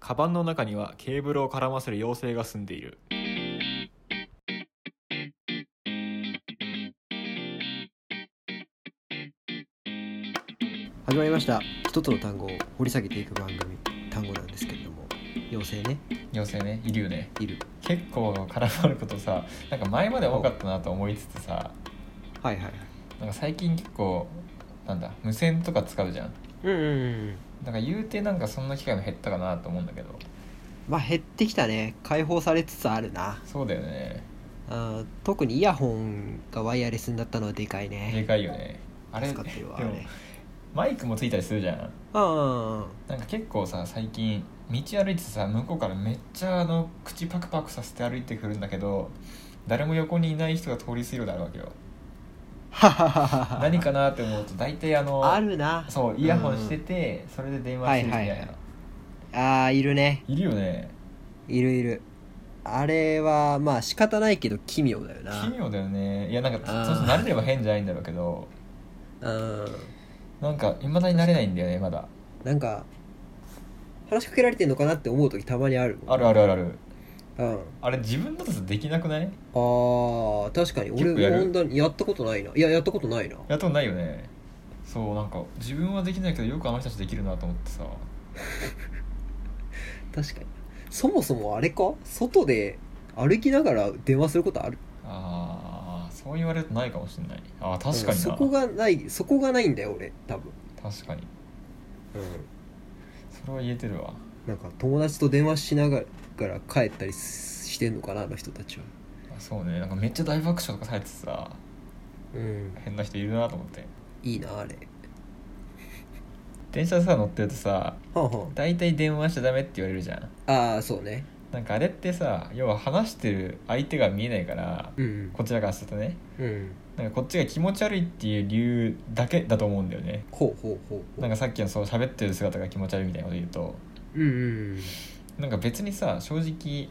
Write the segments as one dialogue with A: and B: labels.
A: カバンの中にはケーブルを絡ませる妖精が住んでいる
B: 始まりました一つの単語を掘り下げていく番組単語なんですけれども妖精ね
A: 妖精ねいるよね
B: いる
A: 結構絡まることさなんか前まで多かったなと思いつつさ
B: はいはいはい
A: なんか最近結構なんだ無線とか使うじゃん
B: うんうんうん
A: なんか言うてなんかそんな機会も減ったかなと思うんだけど
B: まあ減ってきたね解放されつつあるな
A: そうだよね
B: あー特にイヤホンがワイヤレスになったのはでかい
A: で
B: ね
A: かいよねあれ
B: 助かってるわあ
A: でも
B: れ
A: マイクもついたりするじゃん
B: あ
A: なんか結構さ最近道歩いてさ向こうからめっちゃあの口パクパクさせて歩いてくるんだけど誰も横にいない人が通り過ぎるようになるわけよ
B: あ
A: 何かなって思うと大体あの
B: あるな
A: そうイヤホンしてて、それで電話してるみたいな、
B: はいはいはあーいるね
A: い、るよね
B: いるいるあれはまあ仕方ないけど奇妙だよ
A: 奇
B: な
A: 妙だよねいやなんか
B: あー
A: その人慣れれば変じゃないんだろうけど
B: うん
A: なんかいまだに慣れないんだよねまだ
B: なんか話しかけられてんのかなって思う時たまにあるもん
A: あるあるあるある
B: うん
A: あれ自分だとさできなくない
B: あー確かに俺
A: 結構やる
B: 本当にやったことないないややったことないな
A: やったことないよねそうなんか自分はできないけどよくあの人たちできるなと思ってさ
B: 確かにそもそもあれか外で歩きながら電話することある
A: ああそう言われるとないかもしれないあー確か
B: うん
A: に
B: そ
A: な
B: こがないそこがないんだよ俺多分
A: 確かに
B: うん
A: それは言えてるわ
B: なんか友達と電話しながら帰ったりしてんのかなあの人たちは
A: あそうねなんかめっちゃ大爆笑とかされてさ
B: うん
A: 変な人いるなと思って
B: いいなあれ
A: 電車さ乗ってるとさ
B: はんはん
A: 大体電話しちゃダメって言われるじゃん
B: ああそうね
A: なんかあれってさ要は話してる相手が見えないから
B: うん
A: こちらからするとね
B: うん
A: なんかこっちが気持ち悪いっていう理由だけだと思うんだよね
B: ほうほうほうほ
A: なん
B: う
A: かさっきのその喋ってる姿が気持ち悪いみたいなこと言うと
B: うんうん
A: なんか別にさ正直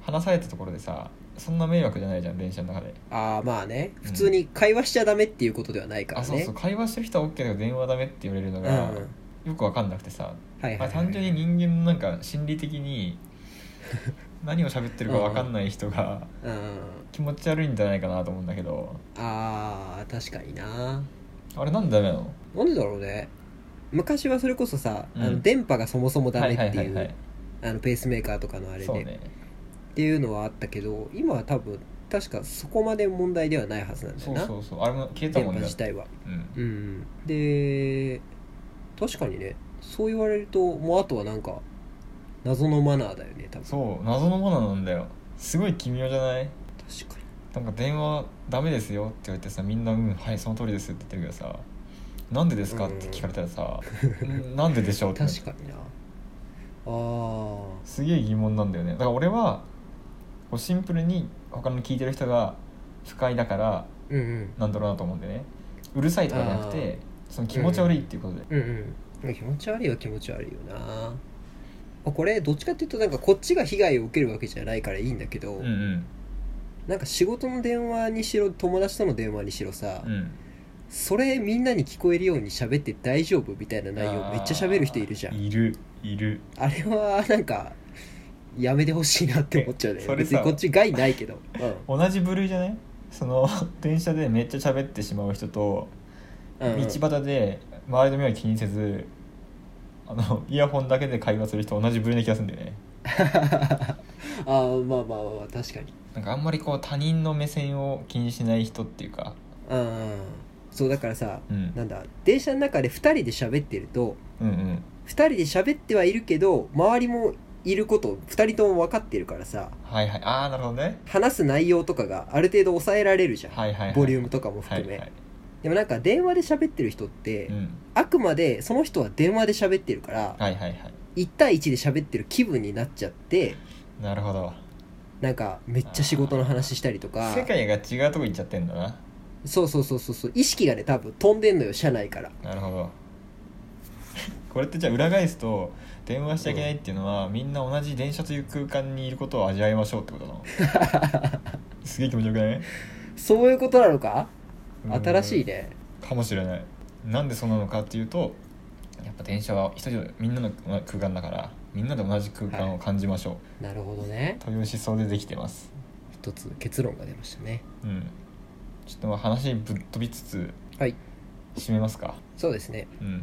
A: 話されたところでさそんな迷惑じゃないじゃん電車の中で
B: ああまあね
A: うん
B: 普通に会話しちゃダメっていうことではないから
A: あ
B: ね
A: そうそう会話してる人は OK だけど電話ダメって言われるの
B: う
A: が
B: ん
A: よく分かんなくてさ、
B: はいはい
A: ま
B: は
A: あ、
B: い
A: 単純に人間のなんか心理的 に何を喋ってるか分かんない人が
B: うん
A: 気持ち悪いんじゃないかなと思うんだけど
B: あー確かにな
A: あれなんでダメなの
B: なんでだろうね昔はそれこそさ、
A: うん
B: あの電波がそもそもダメっていう、
A: はいはいはい
B: あのペースメーカーとかのあ
A: は
B: れ
A: い
B: で、
A: そうね
B: っていうのはあったけど今は多分確かそこまで問題ではないはずなんだ
A: そ
B: よ
A: う
B: な
A: そうそうあれも消えた
B: 電
A: も
B: 波
A: んね
B: 自体は
A: うん
B: うんで確かにねそう言われるともうあとはなんか謎のマナーだよね多分
A: そう謎のものなんだよすごい奇妙じゃない
B: 確かに
A: なんか電話ダメですよって言われてさみんな「うんはいその通りです」って言ってるけどさ「なんでですか?」って聞かれたらさ「うんなんででしょう?」って
B: 確かになあー
A: すげえ疑問なんだよねだから俺はこうシンプルに他の聞いてる人が不快だから
B: うんうん
A: なんだろうなと思うんでねうるさいとかじゃなくてその気持ち悪いっていうことで、
B: うんうん気持ち悪いは気持ち悪いよなあこれどっちかっていうとなんかこっちが被害を受けるわけじゃないからいいんだけど、
A: うん、うん
B: なんか仕事の電話にしろ友達との電話にしろさ、
A: うん
B: それみんなに聞こえるように喋って大丈夫みたいな内容めっちゃ喋る人いるじゃんあ
A: いるいる
B: れはなんかやめてほしいなって思っちゃうね
A: えそれさ
B: 別にこっち害ないけど、う
A: 同じ部類じゃないその 電車でめっちゃ喋ってしまう人と
B: ん
A: 道
B: うん、
A: 端で周りの目は気にせずあのイヤホンだけで会話する人同じ部類な気がするんだよね
B: あーまあまあまあまあ確かに
A: なんかあんまりこう他人の目線を気にしない人っていうか
B: うんそうだからさ
A: うん
B: なんだ電車の中で2人で喋ってると
A: うんうん
B: 2人で喋ってはいるけど周りもいること2人とも分かってるからさ
A: はいはいああなるほどね
B: 話す内容とかがある程度抑えられるじゃん、
A: はいはいはい
B: ボリュームとかも
A: は
B: 含
A: い
B: め、
A: はい
B: でもなんか電話で喋ってる人って、
A: うん
B: あくまでその人は電話で喋ってるから
A: はいはいはい
B: 1対1で喋ってる気分になっちゃって
A: なるほど
B: なんかめっちゃ仕事の話したりとか
A: 世界が違うとこ行っちゃってんだな
B: そうそうそうそうそう意識がね多分飛んでんのよ社内から
A: なるほど これってじゃあ裏返すと電話しちゃいけないっていうのは、みんな同じ電車という空間にいることを味わいましょうってこと なのすげえ気持ちよくない
B: そういうことなのか
A: うん
B: 新しいね
A: かもしれないなんでそうなのかっていうとやっぱ電車は一人みんなの空間だからみんなで同じ空間を感じましょう、
B: なるほどね
A: という思想でできてます
B: 一つ結論が出ましたね
A: うんちょっとまあ話ぶっ飛びつつ
B: はい
A: 締めますか
B: そうですね
A: うん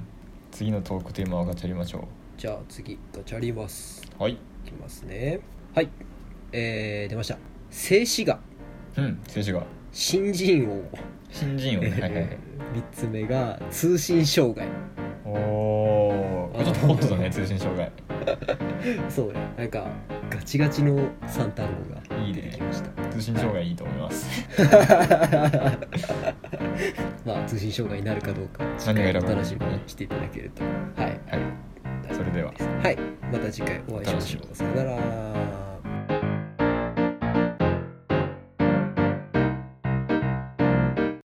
A: 次のトークテーマをガチャりましょ
B: じゃあ次ガチャります
A: うはい
B: いきますねはいえー、出ました静止画
A: うん静止画
B: 新人王
A: 新人王ねはいはいはい
B: 3つ目が通信障害
A: おおこれちょっとホットだね通信障害
B: そうねなんかガチガチの3単語が
A: いい
B: 出てきま
A: ね
B: した
A: 通信障害いいと思います
B: まあ通信障害になるかどうか次
A: 何が選
B: 回
A: ば
B: お
A: れる
B: 楽しみにしていただけるとはい
A: はいそれでは
B: はいまた次回お会いしましょうさよなら